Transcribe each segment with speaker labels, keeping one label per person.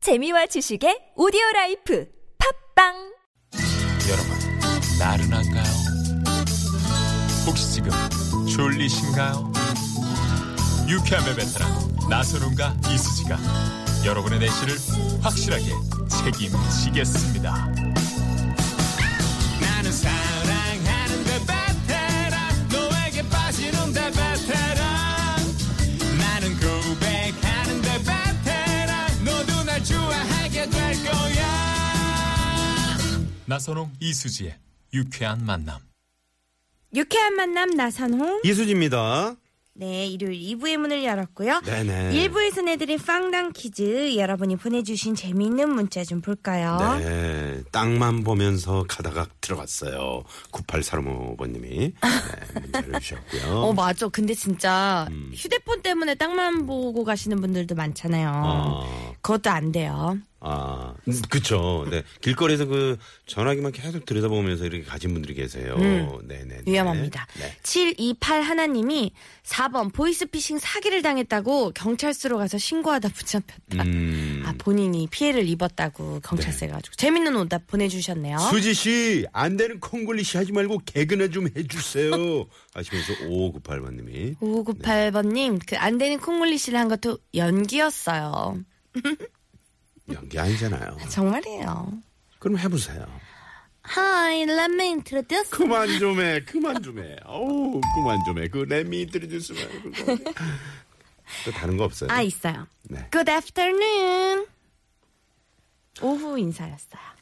Speaker 1: 재미와 지식의 오디오 라이프 팝빵
Speaker 2: 여러분, 나른한가요? 혹시 지금 졸리신가요? 유쾌함의 베테랑 나선웅과 이수지가 여러분의 내실을 확실하게 책임지겠습니다. 나는 사랑하는데 베테랑 너에게 빠지는데 베테랑 나는 고백하는데 베테랑 너도 날 좋아하게 될 거야. 나선홍 이수지의 유쾌한 만남.
Speaker 3: 유쾌한 만남 나선홍.
Speaker 4: 이수지입니다.
Speaker 3: 네, 일요일 2부의 문을 열었고요.
Speaker 4: 네네.
Speaker 3: 1부에서 내드린 빵당 퀴즈 여러분이 보내주신 재미있는 문자 좀 볼까요?
Speaker 4: 네, 땅만 보면서 가다가 들어갔어요. 9835번님이 네, 문자를 주셨고요.
Speaker 3: 어, 맞아. 근데 진짜
Speaker 4: 음.
Speaker 3: 휴대폰 때문에 땅만 보고 가시는 분들도 많잖아요.
Speaker 4: 아,
Speaker 3: 그것도 안 돼요.
Speaker 4: 아, 음, 그쵸. 네, 길거리에서 그 전화기만 계속 들여다보면서 이렇게 가신 분들이 계세요. 네네.
Speaker 3: 음, 위험합니다.
Speaker 4: 네.
Speaker 3: 728 하나님이 4번 보이스피싱 사기를 당했다고 경찰서로 가서 신고하다 붙잡혔다.
Speaker 4: 음, 네.
Speaker 3: 아, 본인이 피해를 입었다고 경찰서에 가지고 재밌는 오답 보내주셨네요.
Speaker 4: 수지 씨, 안 되는 콩글리시 하지 말고 개그나 좀 해주세요. 하시면서 5598번님이
Speaker 3: 5998번님, 그 안 되는 콩물리시를 한 것도 연기였어요.
Speaker 4: 연기 아니잖아요.
Speaker 3: 정말이에요.
Speaker 4: 그럼 해보세요.
Speaker 3: Hi, let me introduce.
Speaker 4: 그만 좀 해, 그만 좀 해. 어우, 그만 좀 해. 그 레미 들어주지 말고. 또 다른 거 없어요?
Speaker 3: 아, 있어요.
Speaker 4: 네.
Speaker 3: Good afternoon. 오후 인사였어요.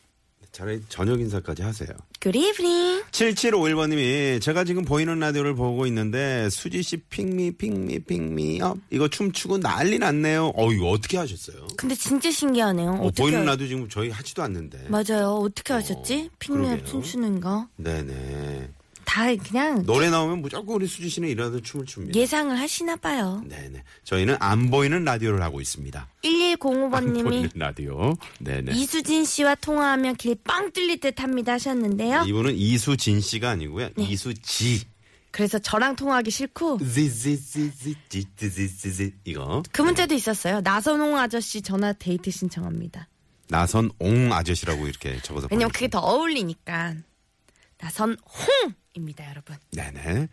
Speaker 4: 차라리 저녁 인사까지 하세요.
Speaker 3: Good evening.
Speaker 4: 7751번님이 제가 지금 보이는 라디오를 보고 있는데 수지 씨 핑미 핑미 핑미 업 이거 춤추고 난리 났네요. 어 이거 어떻게 하셨어요?
Speaker 3: 근데 진짜 신기하네요.
Speaker 4: 어,
Speaker 3: 그, 어떻게
Speaker 4: 보이는
Speaker 3: 하-
Speaker 4: 라디오 지금 저희 하지도 않는데.
Speaker 3: 맞아요. 어떻게 하셨지? 핑미업
Speaker 4: 그러게요.
Speaker 3: 춤추는 거.
Speaker 4: 네네.
Speaker 3: 다 그냥
Speaker 4: 노래 나오면 무조건 우리 수지 씨는 이라도 춤을 춥니다.
Speaker 3: 예상을 하시나 봐요.
Speaker 4: 네네. 저희는 안 보이는 라디오를 하고 있습니다. 안 아, 보이는
Speaker 3: 1105번님이
Speaker 4: 라디오. 네네.
Speaker 3: 이수진 씨와 통화하면 길 빵 뚫릴 듯 합니다 하셨는데요. 네.
Speaker 4: 이분은 이수진 씨가 아니고요. 이수지.
Speaker 3: 그래서 저랑 통화하기 싫고
Speaker 4: 지지지지지지지지 이거
Speaker 3: 그 문제도 있었어요. 나선홍 아저씨 전화 데이트 신청합니다.
Speaker 4: 나선옹 아저씨라고 이렇게 적어서
Speaker 3: 왜냐면 그게
Speaker 4: 보내주세요.
Speaker 3: 더 어울리니까. 나선홍입니다, 여러분.
Speaker 4: 네네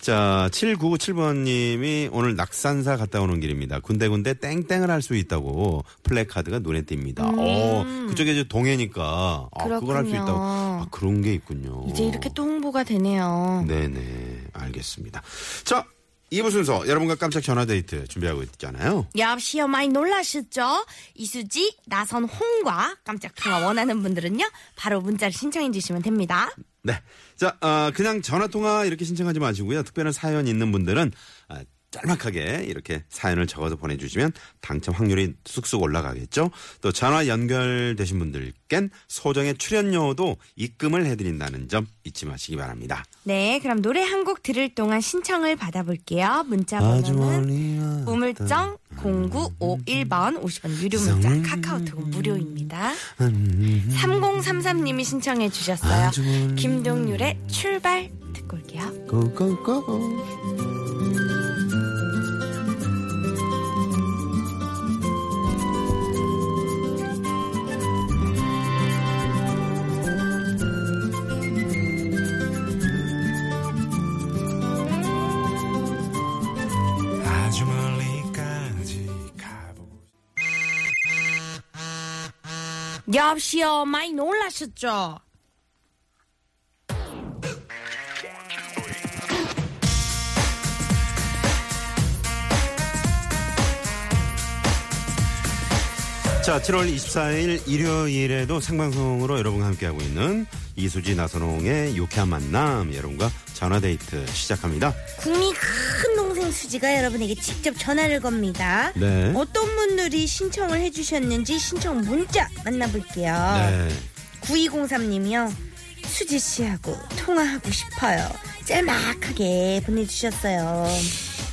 Speaker 4: 자 7997번님이 오늘 낙산사 갔다 오는 길입니다 군데군데 땡땡을 할 수 있다고 플래카드가 눈에 띕니다 어 그쪽에 저 동해니까 아, 그걸 할 수
Speaker 3: 음. 그렇군요.
Speaker 4: 있다고 아, 그런 게 있군요
Speaker 3: 이제 이렇게 또 홍보가 되네요.
Speaker 4: 네네 알겠습니다 자 2부 순서 여러분과 깜짝 전화데이트 준비하고 있잖아요
Speaker 3: 역시요, 많이 놀라셨죠? 이수지, 나선홍과 깜짝 통화 원하는 분들은요, 바로 문자를 신청해 주시면 됩니다.
Speaker 4: 네. 자, 아, 그냥 전화 통화 이렇게 신청하지 마시고요. 특별한 사연 있는 분들은 아, 짤막하게 이렇게 사연을 적어서 보내주시면 당첨 확률이 쑥쑥 올라가겠죠. 또 전화 연결되신 분들께는 소정의 출연료도 입금을 해드린다는 점 잊지 마시기 바랍니다.
Speaker 3: 네, 그럼 노래 한 곡 들을 동안 신청을 받아볼게요. 문자 번호는 우물정
Speaker 4: 음.
Speaker 3: 0951번 50원 유료 문자 카카오톡은 무료입니다.
Speaker 4: 음.
Speaker 3: 3033님이 신청해 주셨어요. 김동률의 출발 듣고 올게요.
Speaker 4: 고고고고.
Speaker 5: 아주 멀리까지 가보고
Speaker 3: 여보시요 많이 놀라셨죠?
Speaker 4: 자, 7월 24일 일요일에도 생방송으로 여러분과 함께하고 있는 이수지 나선홍의 유쾌한 만남 여러분과 전화데이트 시작합니다.
Speaker 3: 국민 큰 동생 수지가 여러분에게 직접 전화를 겁니다.
Speaker 4: 네.
Speaker 3: 어떤 분들이 신청을 해주셨는지 신청 문자 만나볼게요.
Speaker 4: 네.
Speaker 3: 9203님이요. 수지 씨하고 통화하고 싶어요. 짤막하게 보내주셨어요.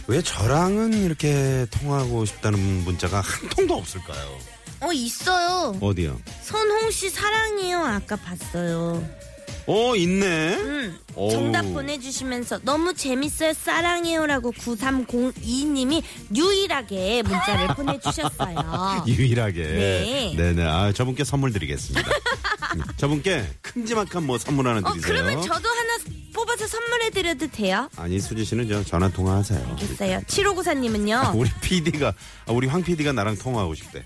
Speaker 4: 왜 저랑은 이렇게 통화하고 싶다는 문자가 한 통도 없을까요?
Speaker 3: 어 있어요.
Speaker 4: 어디요?
Speaker 3: 선홍 씨 사랑해요. 아까 봤어요.
Speaker 4: 어, 있네.
Speaker 3: 음,
Speaker 4: 어우.
Speaker 3: 정답 보내주시면서 너무 재밌어요 사랑해요라고 9302님이 유일하게 문자를 보내주셨어요.
Speaker 4: 유일하게.
Speaker 3: 네.
Speaker 4: 네네. 아, 저분께 선물 드리겠습니다. 음, 저분께 큼지막한 뭐 선물 하나
Speaker 3: 어
Speaker 4: 드리세요.
Speaker 3: 그러면 저도 하나 뽑아서 선물해드려도 돼요?
Speaker 4: 아니, 수지 씨는 저 전화 통화하세요.
Speaker 3: 있어요. 7594님은요
Speaker 4: 우리 PD가, 아, 우리 황 PD가 나랑 통화하고 싶대.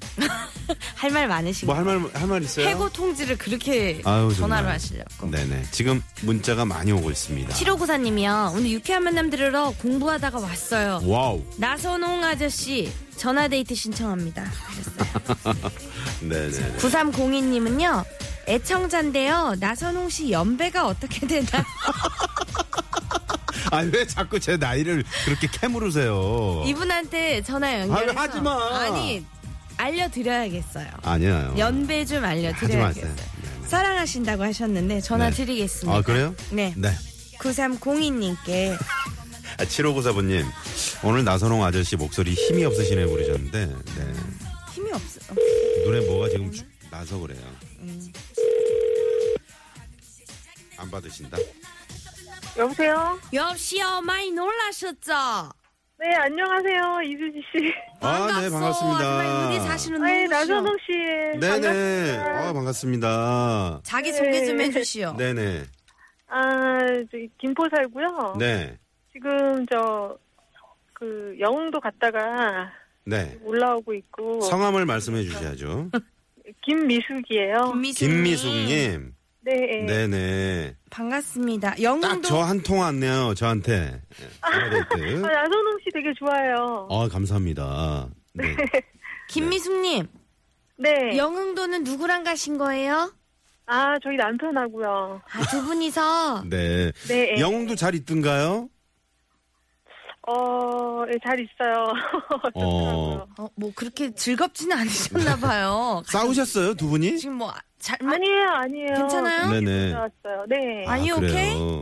Speaker 3: 할 말 많으신가요?
Speaker 4: 뭐 할 말, 할 말 있어요?
Speaker 3: 해고 통지를 그렇게
Speaker 4: 아유,
Speaker 3: 전화로
Speaker 4: 정말.
Speaker 3: 하시려고.
Speaker 4: 네네. 지금 문자가 많이 오고 있습니다.
Speaker 3: 7594님이요 오늘 유쾌한 만남 들으러 공부하다가 왔어요.
Speaker 4: 와우.
Speaker 3: 나선홍 아저씨 전화데이트 신청합니다.
Speaker 4: 네네.
Speaker 3: 9302님은요 애청자인데요 나선홍 씨 연배가 어떻게 되나
Speaker 4: 아니, 왜 자꾸 제 나이를 그렇게 캐물으세요?
Speaker 3: 이분한테 전화 연결해서
Speaker 4: 아유, 하지 마.
Speaker 3: 아니 알려드려야겠어요.
Speaker 4: 아니에요.
Speaker 3: 연배 좀 알려드려야겠어요.
Speaker 4: 하지 마세요. 네, 네.
Speaker 3: 사랑하신다고 하셨는데 전화
Speaker 4: 네.
Speaker 3: 드리겠습니다.
Speaker 4: 아, 그래요?
Speaker 3: 네.
Speaker 4: 네.
Speaker 3: 9302님께
Speaker 4: 아, 7594번님, 오늘 나선홍 아저씨 목소리 힘이 없으시네 그러셨는데, 네.
Speaker 3: 힘이 없어.
Speaker 4: 눈에 뭐가 지금 쭉 나서 그래요.
Speaker 3: 음.
Speaker 4: 안 받으신다?
Speaker 6: 여보세요?
Speaker 3: 여보시요 많이 놀라셨죠?
Speaker 6: 네, 안녕하세요. 이수지 씨.
Speaker 4: 아, 네,
Speaker 3: 아줌마 여기
Speaker 4: 반갑습니다.
Speaker 3: 사시는
Speaker 6: 네,
Speaker 3: 누구시요?
Speaker 6: 나선홍 씨.
Speaker 4: 네네.
Speaker 6: 반갑습니다.
Speaker 4: 아, 반갑습니다.
Speaker 3: 자기 소개 좀
Speaker 6: 네.
Speaker 3: 해주시오.
Speaker 4: 네네.
Speaker 6: 아, 저기 김포 살고요.
Speaker 4: 네.
Speaker 6: 지금 저, 그, 영웅도 갔다가
Speaker 4: 네.
Speaker 6: 올라오고 있고.
Speaker 4: 성함을 말씀해 주셔야죠.
Speaker 6: 김미숙이에요.
Speaker 3: 김미숙.
Speaker 4: 김미숙님.
Speaker 6: 네, 네.
Speaker 4: 네네.
Speaker 3: 반갑습니다.
Speaker 4: 딱
Speaker 3: 영웅도
Speaker 4: 저 한 통 왔네요, 저한테. 네, 전화데이트.
Speaker 6: 아, 나선홍 씨 되게 좋아해요.
Speaker 4: 아, 감사합니다. 네.
Speaker 3: 김미숙님
Speaker 6: 네.
Speaker 3: 영흥도는 누구랑 가신 거예요?
Speaker 6: 아, 저희 남편하고요.
Speaker 3: 아 두 분이서
Speaker 4: 네.
Speaker 6: 네.
Speaker 4: 영웅도 잘 있던가요?
Speaker 6: 어, 예, 잘 있어요.
Speaker 4: 어.
Speaker 3: 어, 뭐 그렇게 즐겁지는 않으셨나 봐요.
Speaker 4: 싸우셨어요, 두 분이?
Speaker 3: 지금 뭐 아, 잘못
Speaker 6: 아니에요, 아니에요.
Speaker 3: 괜찮아요?
Speaker 4: 네네.
Speaker 6: 좋았어요. 네.
Speaker 3: 아, Are you okay?
Speaker 4: 아, 그래요.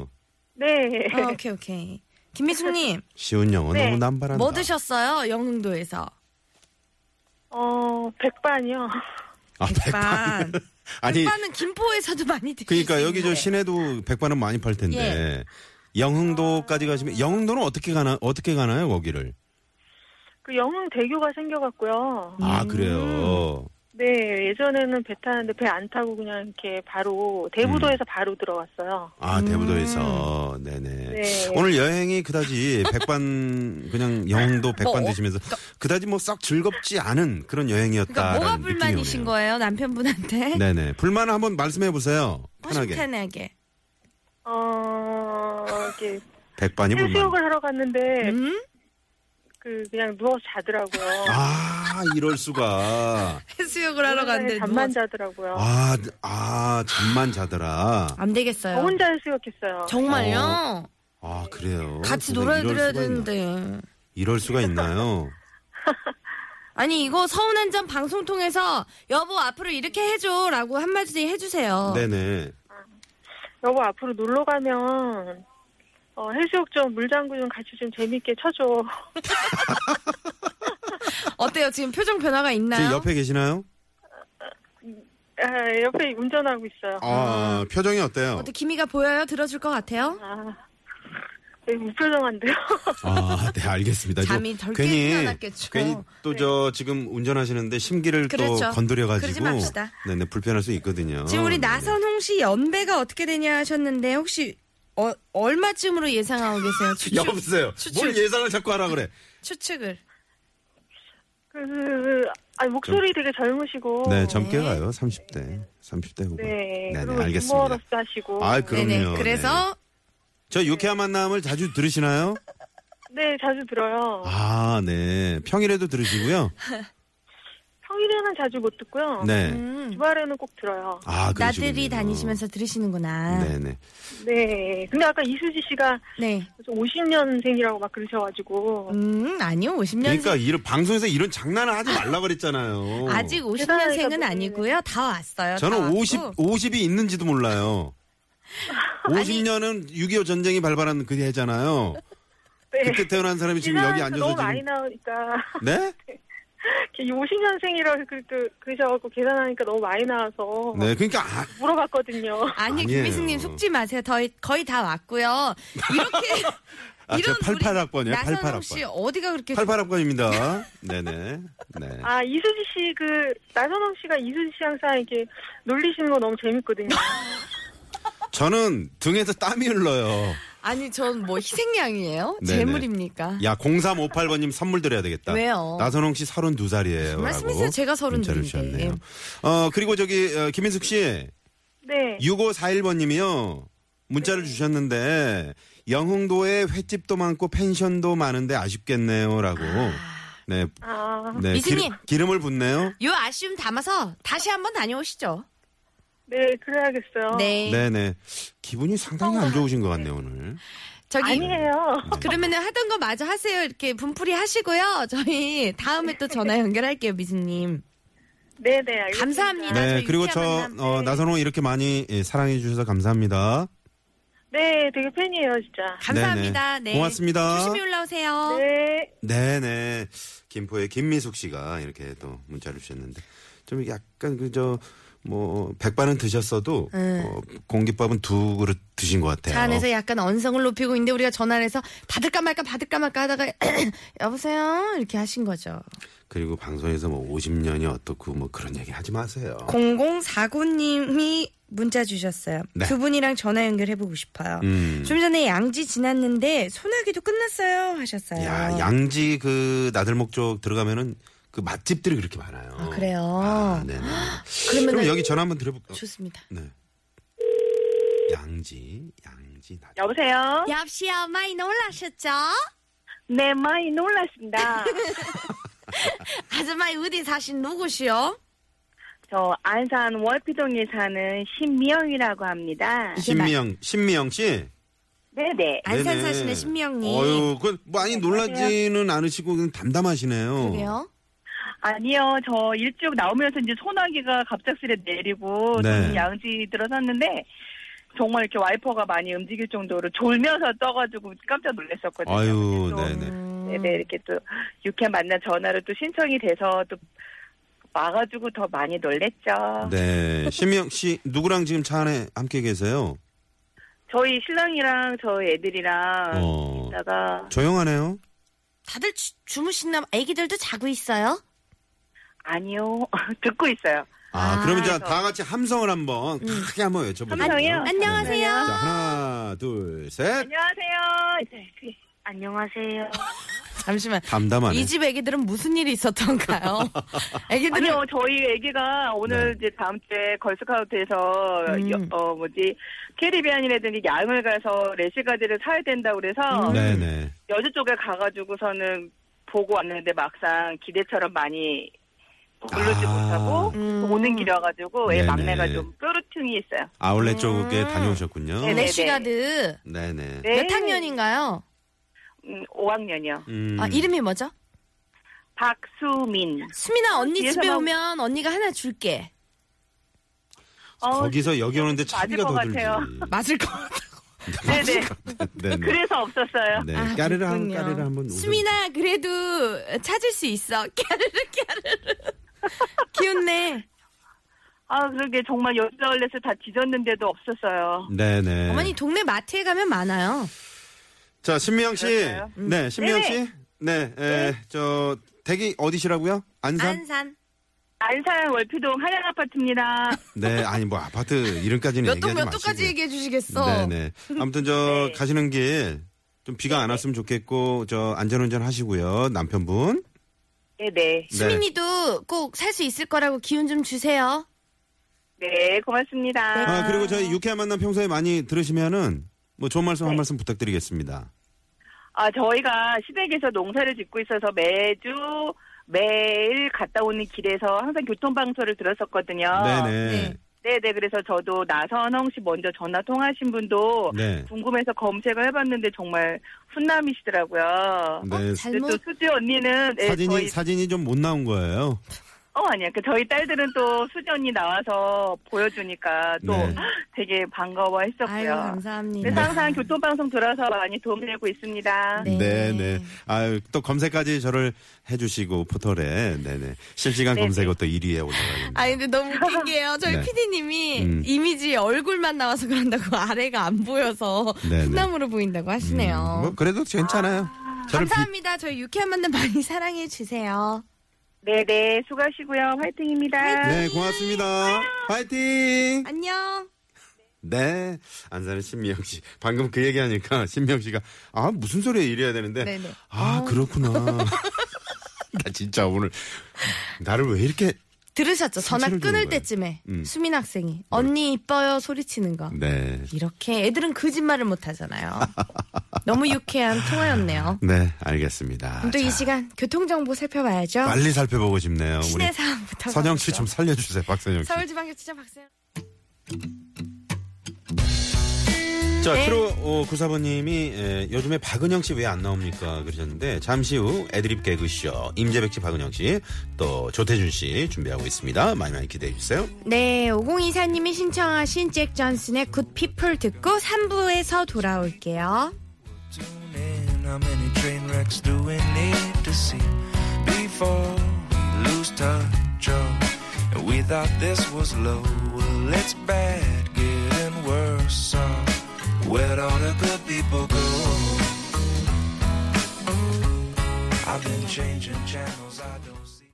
Speaker 6: 네.
Speaker 3: 어, 오케이 오케이. 김미숙님
Speaker 4: 쉬운 영어
Speaker 6: 네.
Speaker 4: 너무 남발한다. 아,
Speaker 3: 뭐 드셨어요? 영흥도에서
Speaker 6: 어, 백반이요.
Speaker 4: 아,
Speaker 3: 백반.
Speaker 4: 아니,
Speaker 3: 백반은 김포에서도 많이 드시죠.
Speaker 4: 그러니까 여기 저 시내도 백반은 많이 팔
Speaker 3: 예.
Speaker 4: 텐데. 영흥도까지 가시면 영흥도는 어떻게 가나 어떻게 가나요 거기를?
Speaker 6: 그 영웅 대교가 생겨갖고요.
Speaker 3: 음.
Speaker 4: 아 그래요.
Speaker 6: 네, 예전에는 배 타는데 배 안 타고 그냥 이렇게 바로
Speaker 4: 음.
Speaker 6: 대부도에서 바로 들어갔어요.
Speaker 3: 음.
Speaker 4: 아 대부도에서 네네.
Speaker 6: 네.
Speaker 4: 오늘 여행이 그다지 백반 그냥 영흥도 백반
Speaker 3: 뭐,
Speaker 4: 드시면서 그다지 뭐 썩 즐겁지 않은 그런
Speaker 3: 그러니까
Speaker 4: 여행이었다.
Speaker 3: 뭐가 불만이신 거예요 남편분한테?
Speaker 4: 네네 불만을 한번 말씀해 보세요.
Speaker 3: 훨씬
Speaker 4: 편하게
Speaker 3: 편하게.
Speaker 6: 어, 이렇게
Speaker 4: 백반이 불만.
Speaker 6: 해수욕을 하러
Speaker 4: 네.
Speaker 6: 갔는데
Speaker 3: 음?
Speaker 6: 그 그냥 누워서 자더라고요.
Speaker 4: 아 이럴 수가.
Speaker 3: 해수욕을 하러 갔는데
Speaker 6: 잠만
Speaker 3: 누워서-
Speaker 6: 자더라고요.
Speaker 4: 아, 아, 잠만 자더라.
Speaker 3: 안
Speaker 6: 저
Speaker 3: 되겠어요.
Speaker 6: 혼자 해수욕했어요.
Speaker 3: 정말요?
Speaker 4: 아, 그래요.
Speaker 3: 같이
Speaker 4: 근데
Speaker 3: 놀아야
Speaker 4: 이럴
Speaker 3: 드려야
Speaker 4: 수가 있나-
Speaker 3: 되는데.
Speaker 4: 이럴 수가 있나요?
Speaker 3: 아니 이거 서운한 점 방송 통해서 여보 앞으로 이렇게 해줘라고 한마디 해주세요.
Speaker 4: 네네.
Speaker 6: 여보 앞으로 놀러 가면 어, 해수욕 좀 물장구 좀 같이 좀 재밌게 쳐줘.
Speaker 3: 어때요 지금 표정 변화가
Speaker 4: 지금
Speaker 3: 있나요?
Speaker 4: 옆에 계시나요?
Speaker 6: 아, 옆에 운전하고 있어요.
Speaker 4: 아, 표정이 어때요?
Speaker 3: 어때 기미가 보여요? 들어줄 것 같아요?
Speaker 6: 아, 되게 무표정한데요.
Speaker 4: 아, 네, 알겠습니다. 좀
Speaker 3: 잠이 덜
Speaker 4: 괜히-
Speaker 3: 깨진 않았겠죠.
Speaker 4: 괜히 또 저 지금 운전하시는데 심기를
Speaker 3: 그렇죠.
Speaker 4: 또 건드려가지고.
Speaker 3: 그러지 맙시다.
Speaker 4: 네네, 불편할 수 있거든요.
Speaker 3: 지금 우리
Speaker 4: 네네.
Speaker 3: 나선홍 씨 연배가 어떻게 되냐 하셨는데 혹시 어- 얼마쯤으로 예상하고 계세요? 추측,
Speaker 4: 네. 여보세요. 뭘 예상을 자꾸 하라 그래.
Speaker 3: 추측을.
Speaker 6: 그, 아, 목소리 되게 젊으시고.
Speaker 4: 네, 젊게 가요. 30대. 30대 후반.
Speaker 6: 네,
Speaker 4: 네네,
Speaker 6: 그리고
Speaker 4: 알겠습니다.
Speaker 6: 유머러스 하시고.
Speaker 4: 아, 그럼요.
Speaker 3: 네네. 그래서
Speaker 4: 저 유쾌한 만남을 자주 들으시나요?
Speaker 6: 네, 자주 들어요.
Speaker 4: 아, 네. 평일에도 들으시고요.
Speaker 6: 평일에는 자주 못 듣고요.
Speaker 4: 네.
Speaker 3: 음,
Speaker 6: 주말에는 꼭 들어요.
Speaker 4: 아, 그러시군요.
Speaker 3: 나들이 다니시면서 들으시는구나. 네.
Speaker 4: 네네.
Speaker 6: 네. 근데 아까 이수지 씨가 50년생이라고 막 그러셔가지고.
Speaker 3: 음 아니요 50년.
Speaker 4: 그러니까 이런 방송에서 이런 장난을 하지 말라 그랬잖아요.
Speaker 3: 아직 50년생은
Speaker 6: 대단하니까
Speaker 3: 아니고요. 다 왔어요. 다
Speaker 4: 저는
Speaker 3: 왔고.
Speaker 4: 50 50이 있는지도 몰라요. 50년은 6.25 전쟁이 발발한 그 해잖아요.
Speaker 6: 네.
Speaker 4: 그때 태어난 사람이 지금 여기
Speaker 6: 이상한 거
Speaker 4: 앉아서
Speaker 6: 너무
Speaker 4: 지금
Speaker 6: 많이 나오니까.
Speaker 4: 네?
Speaker 6: 50년생이라 그, 그, 그셔갖고 계산하니까 너무 많이 나와서
Speaker 4: 네, 그러니까 아,
Speaker 6: 물어봤거든요.
Speaker 3: 아니,
Speaker 4: 아니에요.
Speaker 3: 김희승님 속지 마세요. 더, 거의 다 왔고요. 이렇게.
Speaker 4: 아, 저 88학번이요.
Speaker 3: 나선홍 씨
Speaker 4: 88학번.
Speaker 3: 어디가 그렇게
Speaker 4: 88학번입니다. 네네. 네.
Speaker 6: 아, 이수지 씨, 그, 나선홍 씨가 이수지 씨 항상 이렇게 놀리시는 거 너무 재밌거든요.
Speaker 4: 저는 등에서 땀이 흘러요.
Speaker 3: 아니 전 뭐 희생양이에요?
Speaker 4: 네네.
Speaker 3: 재물입니까?
Speaker 4: 야, 0358번님 선물 드려야 되겠다.
Speaker 3: 왜요?
Speaker 4: 나선홍 씨 32살이에요.
Speaker 3: 말씀하세요. 제가 32 인데.
Speaker 4: 주셨네요. 어, 그리고 저기, 어, 김인숙 씨,
Speaker 6: 네.
Speaker 4: 6541번님이요.
Speaker 3: 네.
Speaker 4: 문자를 주셨는데, 영흥도에 횟집도 많고 펜션도 많은데 아쉽겠네요. 라고. 네.
Speaker 6: 아,
Speaker 4: 네.
Speaker 3: 이승님.
Speaker 4: 기름, 을 붓네요.
Speaker 3: 요 아쉬움 담아서 다시 한번 다녀오시죠.
Speaker 6: 네, 그래야겠어요.
Speaker 3: 네.
Speaker 4: 네네. 기분이 상당히 안 좋으신 것 같네요, 오늘.
Speaker 3: 저기
Speaker 6: 아니에요.
Speaker 3: 그러면은 하던 거 마저 하세요. 이렇게 분풀이 하시고요. 저희 다음에 또 전화 연결할게요, 미진님.
Speaker 6: 네, 네, 알겠습니다.
Speaker 3: 감사합니다.
Speaker 4: 네,
Speaker 3: 저희
Speaker 4: 그리고
Speaker 3: 유쾌한
Speaker 4: 저,
Speaker 3: 만남. 네.
Speaker 4: 어, 나선홍 이렇게 많이 예, 사랑해 주셔서 감사합니다.
Speaker 6: 네, 되게 팬이에요, 진짜.
Speaker 3: 감사합니다.
Speaker 4: 네네.
Speaker 3: 네.
Speaker 4: 고맙습니다.
Speaker 3: 조심히 올라오세요.
Speaker 6: 네.
Speaker 4: 네네. 김포의 김미숙 씨가 이렇게 또 문자를 주셨는데 좀 약간 그저 뭐 백반은 드셨어도 어, 공깃밥은 두 그릇 드신 것
Speaker 3: 네.
Speaker 4: 같아요.
Speaker 3: 차 안에서 약간 언성을 높이고 있는데 우리가 전화를 해서 받을까 말까 받을까 말까 하다가 여보세요 이렇게 하신 거죠.
Speaker 4: 그리고 방송에서 뭐 50년이 어떻고 뭐 그런 얘기 하지 마세요.
Speaker 3: 0049님이 문자 주셨어요.
Speaker 4: 네.
Speaker 3: 두 분이랑 전화 연결해보고 싶어요.
Speaker 4: 음.
Speaker 3: 좀 전에 양지 지났는데 소나기도 끝났어요 하셨어요.
Speaker 4: 야 양지 그 나들목쪽 들어가면은 그 맛집들이 그렇게 많아요.
Speaker 3: 아, 그래요?
Speaker 4: 아, 네네.
Speaker 3: 그러면은-
Speaker 4: 그럼 여기 전화 한번 드려볼까요?
Speaker 3: 좋습니다.
Speaker 4: 네. 양지, 양지 나.
Speaker 6: 여보세요?
Speaker 3: 엽시요 많이 놀라셨죠?
Speaker 6: 네, 많이 놀랐습니다.
Speaker 3: 아줌마 어디 사신 누구시요?
Speaker 6: 저 안산 월피동에 사는 신미영이라고 합니다.
Speaker 3: 이게 말-
Speaker 4: 신미영, 신미영 씨.
Speaker 6: 네네.
Speaker 3: 안산
Speaker 4: 네네.
Speaker 3: 사시는 신미영님. 네,
Speaker 4: 어유, 그 많이 놀라지는 않으시고 그냥 담담하시네요.
Speaker 3: 그래요?
Speaker 6: 아니요, 저 일찍 나오면서 이제 소나기가 갑작스레 내리고
Speaker 4: 네.
Speaker 6: 저는 양지 들어섰는데 정말 이렇게 와이퍼가 많이 움직일 정도로 졸면서 떠가지고 깜짝 놀랐었거든요.
Speaker 4: 아유,
Speaker 6: 또,
Speaker 4: 네네.
Speaker 3: 음.
Speaker 6: 네네, 이렇게 또 유쾌한 만남 전화로 또 신청이 돼서 또 와가지고 더 많이 놀랬죠.
Speaker 4: 네. 신미영 씨 누구랑 지금 차 안에 함께 계세요?
Speaker 6: 저희 신랑이랑 저희 애들이랑
Speaker 4: 어.
Speaker 6: 있다가
Speaker 4: 조용하네요.
Speaker 3: 다들 주, 주무시나 애기들도 자고 있어요?
Speaker 6: 아니요 듣고 있어요.
Speaker 4: 아,
Speaker 3: 아,
Speaker 4: 그러면 자, 다 같이 함성을 한번 크게 한번 외쳐보세요. 네.
Speaker 6: 함성이요?
Speaker 4: 자,
Speaker 3: 안녕하세요.
Speaker 4: 하나, 둘, 셋.
Speaker 6: 안녕하세요. 안녕하세요.
Speaker 3: 잠시만.
Speaker 4: 담담하네.
Speaker 3: 이 집 애기들은 무슨 일이 있었던가요? 애기들은
Speaker 6: 아니요, 저희 애기가 오늘
Speaker 4: 네.
Speaker 6: 이제 다음 주에 걸스카우트에서
Speaker 3: 음.
Speaker 6: 여- 어 뭐지 캐리비안이라든지 양을 가서 레시가드를 사야 된다고 그래서
Speaker 4: 음. 네네.
Speaker 6: 여주 쪽에 가가지고서는 보고 왔는데 막상 기대처럼 많이 부르지
Speaker 4: 아.
Speaker 6: 못하고
Speaker 3: 음.
Speaker 6: 오는 길이 와가지고 애
Speaker 4: 네네.
Speaker 6: 막내가 좀 뾰루퉁이 있어요.
Speaker 4: 아울렛 쪽에 다녀오셨군요.
Speaker 6: 네네.
Speaker 3: 래시가드
Speaker 4: 네네.
Speaker 6: 네.
Speaker 3: 몇 학년인가요?
Speaker 6: 음, 5학년이요.
Speaker 4: 음.
Speaker 3: 아, 이름이 뭐죠?
Speaker 6: 박수민.
Speaker 3: 수민아 언니
Speaker 6: 뒤에서
Speaker 3: 집에
Speaker 6: 막-
Speaker 3: 오면 언니가 하나 줄게.
Speaker 6: 어,
Speaker 4: 거기서 여기 오는데
Speaker 6: 맞을
Speaker 4: 차비가
Speaker 6: 것
Speaker 4: 더 들지.
Speaker 6: 같아요.
Speaker 3: 맞을 것 같아.
Speaker 6: 네네.
Speaker 4: 네네.
Speaker 6: 그래서 없었어요.
Speaker 4: 네.
Speaker 3: 아,
Speaker 4: 까르르 한,
Speaker 3: 그렇군요.
Speaker 4: 까르르 한번. 웃어주세요.
Speaker 3: 수민아 그래도 찾을 수 있어. 까르르 까르르. 귀엽네.
Speaker 6: 아, 그러게 정말 여자원에서다 뒤졌는데도 없었어요.
Speaker 4: 네네.
Speaker 3: 어머니 동네 마트에 가면 많아요.
Speaker 4: 자, 신미영 씨.
Speaker 6: 그럴까요?
Speaker 4: 네, 신미영
Speaker 6: 네네.
Speaker 4: 씨. 네, 에, 저, 댁이 어디시라고요? 안산?
Speaker 3: 안산.
Speaker 6: 안산 월피동 한양 아파트입니다.
Speaker 4: 네, 아니, 뭐, 아파트 이름까지는
Speaker 3: 몇
Speaker 4: 얘기하지
Speaker 3: 동몇
Speaker 4: 마시고.
Speaker 3: 동까지 얘기해 주시겠어?
Speaker 4: 네네. 아무튼 저,
Speaker 6: 네.
Speaker 4: 가시는 길 좀 비가
Speaker 3: 네.
Speaker 4: 안 왔으면 좋겠고, 저, 안전운전 하시고요. 남편분.
Speaker 6: 예, 네네.
Speaker 3: 수민이도 꼭 살 수 있을 거라고 기운 좀 주세요.
Speaker 6: 네, 고맙습니다.
Speaker 4: 아, 그리고 저희 유쾌한 만남 평소에 많이 들으시면은, 뭐, 좋은 말씀
Speaker 3: 네.
Speaker 4: 한 말씀 부탁드리겠습니다.
Speaker 6: 아, 저희가 시댁에서 농사를 짓고 있어서 매주 매일 갔다 오는 길에서 항상 교통방송을 들었었거든요.
Speaker 3: 아,
Speaker 4: 네네.
Speaker 6: 네네. 그래서 저도 나선홍 씨 먼저 전화 통화하신 분도
Speaker 4: 네.
Speaker 6: 궁금해서 검색을 해봤는데 정말 훈남이시더라고요.
Speaker 4: 네.
Speaker 3: 어, 잘못
Speaker 6: 근데 또 수지 언니는 네,
Speaker 4: 사진이,
Speaker 6: 저희
Speaker 4: 사진이 좀 못 나온 거예요.
Speaker 6: 어, 아니야. 그 저희 딸들은 또 수전이 나와서 보여주니까 또
Speaker 4: 네.
Speaker 6: 되게 반가워
Speaker 7: 아유,
Speaker 6: 했었고요. 네.
Speaker 7: 감사합니다.
Speaker 6: 그래서 항상 교통방송 들어서 많이 도움이 되고 있습니다.
Speaker 7: 네.
Speaker 4: 네, 네. 아유, 또 검색까지 저를 해주시고, 포털에. 네네. 실시간 검색어 또 1위에 올라가요.
Speaker 3: 아니 근데 너무 웃긴 게요. 저희
Speaker 4: 네.
Speaker 3: PD님이
Speaker 4: 음.
Speaker 3: 이미지 얼굴만 나와서 그런다고 아래가 안 보여서
Speaker 4: 네네.
Speaker 3: 콩나무로 보인다고 하시네요.
Speaker 4: 뭐, 그래도 괜찮아요. 저를 비-
Speaker 3: 감사합니다. 저희 유쾌한 만남 많이 사랑해 주세요.
Speaker 6: 네네. 수고하시고요. 화이팅입니다.
Speaker 4: 네, 고맙습니다. 파이팅!
Speaker 3: 안녕.
Speaker 4: 네. 안산의 신미영 씨. 방금 그 얘기하니까 신미영 씨가, 아, 무슨 소리야 이래야 되는데.
Speaker 3: 네네.
Speaker 4: 아, 그렇구나. 나 진짜 오늘, 나를 왜 이렇게.
Speaker 3: 들으셨죠? 전화
Speaker 4: 상처를 주는
Speaker 3: 끊을
Speaker 4: 거예요.
Speaker 3: 때쯤에
Speaker 4: 음.
Speaker 3: 수민 학생이 언니 이뻐요 소리치는 거.
Speaker 4: 네.
Speaker 3: 이렇게 애들은 거짓말을 못 하잖아요. 너무 유쾌한 통화였네요.
Speaker 4: 네, 알겠습니다.
Speaker 3: 그럼 또 이
Speaker 4: 자,
Speaker 3: 시간 교통정보 살펴봐야죠.
Speaker 4: 빨리 살펴보고 싶네요. 우리
Speaker 3: 신의 사항부터.
Speaker 4: 선영 씨 좀 살려주세요, 박선영 씨.
Speaker 3: 서울지방교체장 박세영.
Speaker 4: 자, 7594번님이 요즘에 박은영 씨 왜 안 나옵니까? 그러셨는데 잠시 후 애드립 개그쇼 임재백 씨, 박은영 씨, 또 조태준 씨 준비하고 있습니다. 많이 많이 기대해 주세요.
Speaker 7: 네, 5024님이 신청하신 잭 존슨의 굿 피플 듣고 3부에서 돌아올게요.
Speaker 5: Tune in, how many train wrecks do we need to see before we lose touch? Oh, and we thought this was low. Well, it's bad, getting worse. So, where'd all the good people go? I've been changing channels, I don't.